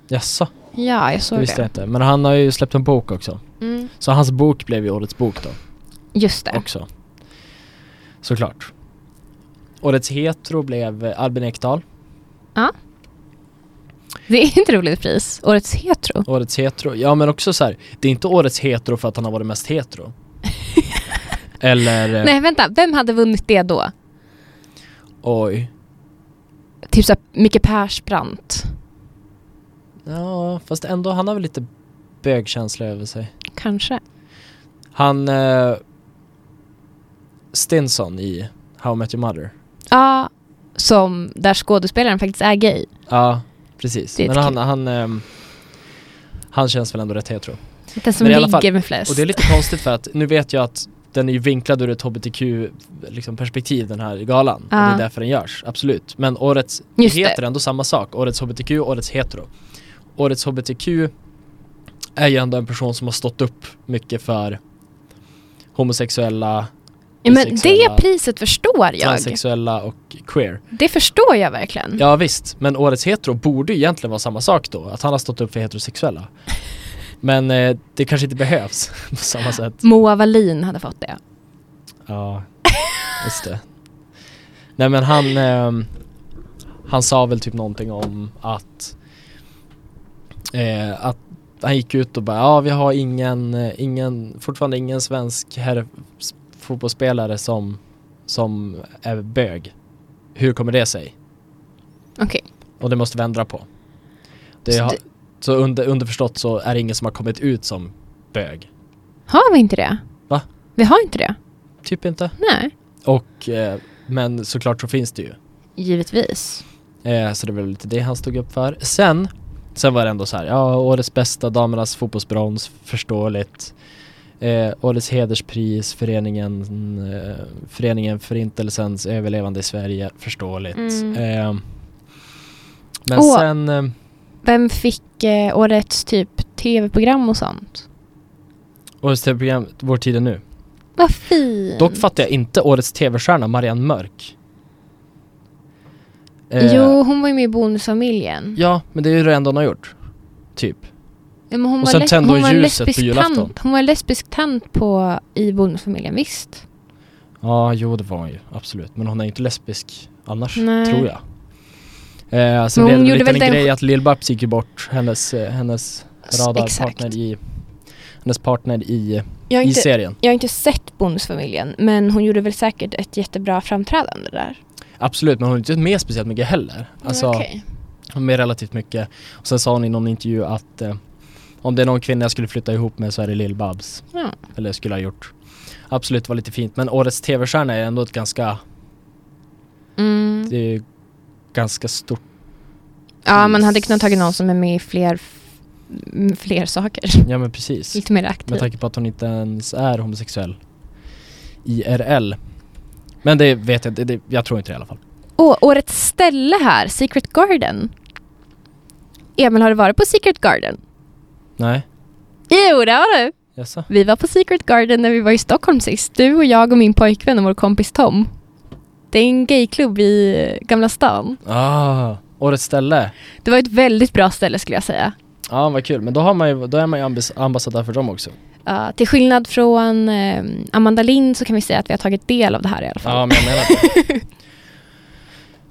Jaså,
Ja, jag
det
såg det.
visste jag inte. Men han har ju släppt en bok också.
Mm.
Så hans bok blev ju årets bok då
Just det.
också. Såklart. Årets hetero blev eh, Albin Ekdal.
Det är inte roligt pris. Årets hetero.
Årets hetero. Ja men också så här, det är inte årets hetero för att han har varit mest
[LAUGHS]
hetero. Eller, eh,
Nej, vänta. Vem hade vunnit det då?
oj.
Typ såhär Micke Persbrandt.
Ja fast ändå, han har väl lite bögkänsla över sig.
Kanske.
Han, eh, Stinson i How I Met Your Mother.
Ja, som där skådespelaren faktiskt är gay.
Ja, precis.
Det är
Men
ett
han, han, ehm, han känns väl ändå rätt hetero.
Den som
Men i alla
ligger
fall-
med flest.
Och det är lite konstigt för att nu vet jag att den är ju vinklad ur ett hbtq-perspektiv liksom, perspektiv, den här galan. Och det
Ja.
är därför den görs, absolut. Men årets
Just det.
heter ändå samma sak, årets hbtq och årets hetero. Årets hbtq är ju ändå en person som har stått upp mycket för homosexuella,
Ja, men
bisexuella,
det priset förstår jag.
transsexuella och queer.
Det förstår jag verkligen.
Ja visst, men årets hetero borde ju egentligen vara samma sak då, att han har stått upp för
[LAUGHS]
heterosexuella. Men eh, det kanske inte behövs [LAUGHS] på samma sätt. [LAUGHS]
Moa Wallin hade fått det.
Ja, just det. Nej men han, ehm, han sa väl typ någonting om att, eh, att han gick ut och bara ja vi har ingen, eh, ingen fortfarande ingen svensk herr s- fotbollsspelare som, som är bög. Hur kommer det sig?
Okej.
Och det måste vi ändra på. Det
Så
har,
det-
så under, underförstått så är det ingen som har kommit ut som bög.
Har vi inte det?
Va?
Vi har inte det?
Typ inte.
Nej.
Och, eh, men såklart så finns det ju.
Givetvis.
Eh, så det var lite det han stod upp för. Sen, sen var det ändå så här, ja årets bästa damernas fotbollsbrons, förståeligt. Eh, årets hederspris, föreningen, eh, föreningen Förintelsens överlevande i Sverige, förståeligt.
Mm.
Eh, men
Åh.
sen, eh,
Vem fick eh, årets typ tv-program och sånt?
årets tv-program, Vår tid är nu.
Vad fint.
Dock fattar jag inte årets tv-stjärna, Marianne Mörk. Eh,
Jo, hon var ju med i Bonusfamiljen.
Ja, men det är ju det enda hon har gjort. Typ.
Ja, men hon
Och
var
sen
les-
tände
hon
hon
var en
ljuset på
lesbisk
julafton.
tant. Hon var en lesbisk tant på, i Bonusfamiljen, visst?
Ja, jo det var hon ju, absolut. Men hon är ju inte lesbisk annars,
Nej.
tror jag. Eh, sen
Men
blev
hon
det
gjorde
en
väl
liten
den-
grej att Lill-Babs gick ju bort, hennes, eh, hennes
S-
radarpartner i, hennes partner i,
Jag har,
i
inte,
serien.
jag har inte sett Bonusfamiljen, men hon gjorde väl säkert ett jättebra framträdande där.
Absolut, men hon är inte med speciellt mycket heller. Alltså,
Okej.
hon är med relativt mycket. Och sen sa hon i någon intervju att eh, om det är någon kvinna jag skulle flytta ihop med så är det Lill-Babs.
Ja.
Eller skulle ha gjort. Absolut, det var lite fint. Men årets tv-stjärna är ändå ett ganska,
Mm.
det är ju ganska stort
Ja, man hade kunnat tagit någon som är med i fler, f- m- fler saker. [LAUGHS]
Ja men precis.
Lite mer aktiv.
Med tanke på att hon inte ens är homosexuell IRL Men det vet jag inte, det, jag tror inte det i alla fall
Åh, årets ställe här, Secret Garden. Emil, har du varit på Secret Garden?
Nej,
Jo, det har du.
jaså?
Vi var på Secret Garden när vi var i Stockholm sist. Du och jag och min pojkvän och vår kompis Tom. Det är en gayklubb i eh, Gamla stan.
Ah, årets ställe!
Det var ett väldigt bra ställe skulle jag säga.
Ja ah, vad kul, men då, har man ju, då är man ju ambis, ambassadör för dem också
Ja, till skillnad från eh, Amanda Lind så kan vi säga att vi har tagit del av det här i alla
Ja
fall.
men [LAUGHS] jag menar det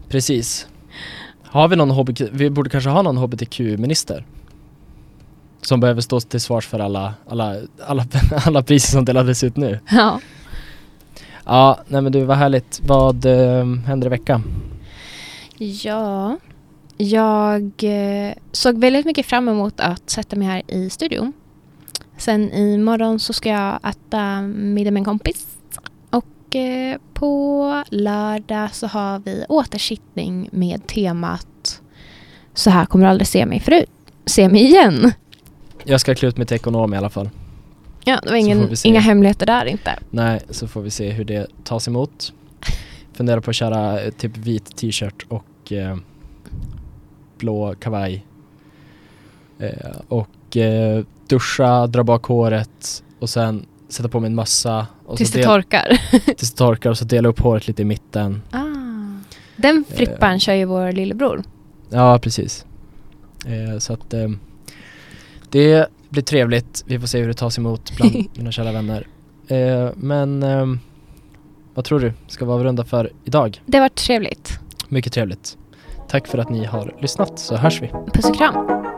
Precis Har vi någon HBQ, vi borde kanske ha någon HBTQ-minister Som behöver stå till svars för alla, alla, alla, [LAUGHS] alla priser som delades ut nu
Ja.
Ja, nej men du vad härligt, vad eh, händer i veckan?
Ja, jag eh, såg väldigt mycket fram emot att sätta mig här i studion. Sen imorgon så ska jag äta middag med en kompis. Och eh, på lördag så har vi återsittning med temat Så här kommer du aldrig se mig förut. Se mig igen.
Jag ska klä ut mig till ekonom i alla fall.
Ja, det var
Så
ingen,
får vi se.
inga hemligheter där inte.
Nej, så får vi se hur det tas emot. Funderar på att köra eh, typ vit t-shirt och eh, blå kavaj. Eh, och eh, duscha, dra bak håret och sen sätta på mig en mössa. Och
Tills
så
det
del-
torkar.
tills det torkar och så dela upp håret lite i mitten.
ah. Den frippan kör ju vår lillebror.
Ja, precis. Eh, så att eh, det blir trevligt. Vi får se hur det tas emot bland mina kära vänner. Eh, men ehm, vad tror du? Ska vi avrunda för idag?
Det var trevligt.
Mycket trevligt. Tack för att ni har lyssnat så hörs vi.
Puss och kram.